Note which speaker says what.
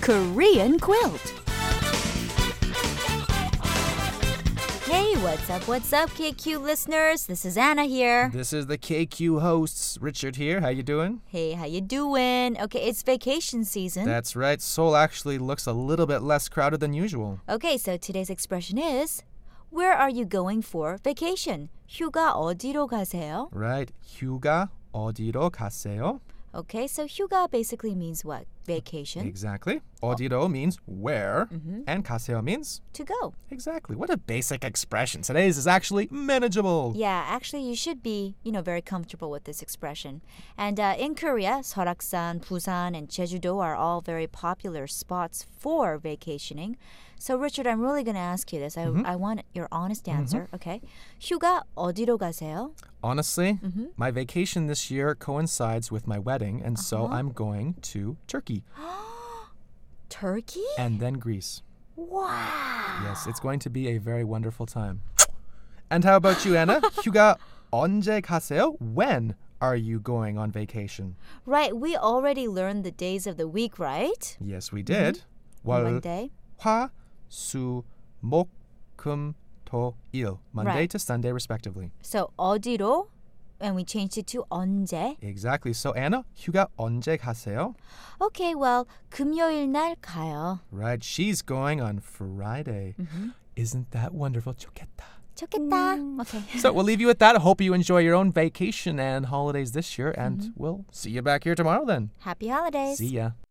Speaker 1: Korean quilt.
Speaker 2: Hey, what's up? What's up, KQ listeners? This is Anna here.
Speaker 3: This is the KQ hosts. Richard here. How you doing?
Speaker 2: Hey, how you doing? Okay, it's vacation season.
Speaker 3: That's right. Seoul actually looks a little bit less crowded than usual.
Speaker 2: okay, so today's expression is Where are you going for vacation? 휴가 어디로 가세요?
Speaker 3: Right. 휴가 어디로 가세요?
Speaker 2: Okay, so 휴가 basically means what? Vacation
Speaker 3: Exactly. 어디로 means where and 가세요 means
Speaker 2: to go.
Speaker 3: exactly. What a basic expression. Today's is actually manageable.
Speaker 2: Yeah, actually, you should be, you know, very comfortable with this expression. And uh, in Korea, Seoraksan, Busan, and Jeju-do are all very popular spots for vacationing. So, Richard, I'm really going to ask you this. I, I want your honest answer, okay? 휴가 어디로 가세요?
Speaker 3: Honestly, my vacation this year coincides with my wedding and so I'm going to Turkey
Speaker 2: Turkey?
Speaker 3: and then Greece.
Speaker 2: Wow.
Speaker 3: Yes, it's going to be a very wonderful time. And how about you, Anna? 휴가 언제 가세요? When are you going on vacation?
Speaker 2: Right, we already learned the days of the week, right?
Speaker 3: Yes, we did. 월,
Speaker 2: Monday.
Speaker 3: 화, 수, 목, 금, 토, 일. Monday
Speaker 2: Right.
Speaker 3: to Sunday, respectively.
Speaker 2: So, 어디로? And we changed it to 언제.
Speaker 3: Exactly. So, Anna, 휴가 언제 가세요?
Speaker 2: Okay, well, 금요일 날 가요.
Speaker 3: Right, she's going on Friday.
Speaker 2: Mm-hmm.
Speaker 3: Isn't that wonderful? 좋겠다.
Speaker 2: 좋겠다. Okay.
Speaker 3: So we'll leave you with that. Hope you enjoy your
Speaker 2: Mm-hmm.
Speaker 3: own vacation and holidays this year, and we'll see you back here tomorrow then.
Speaker 2: Happy holidays.
Speaker 3: See ya.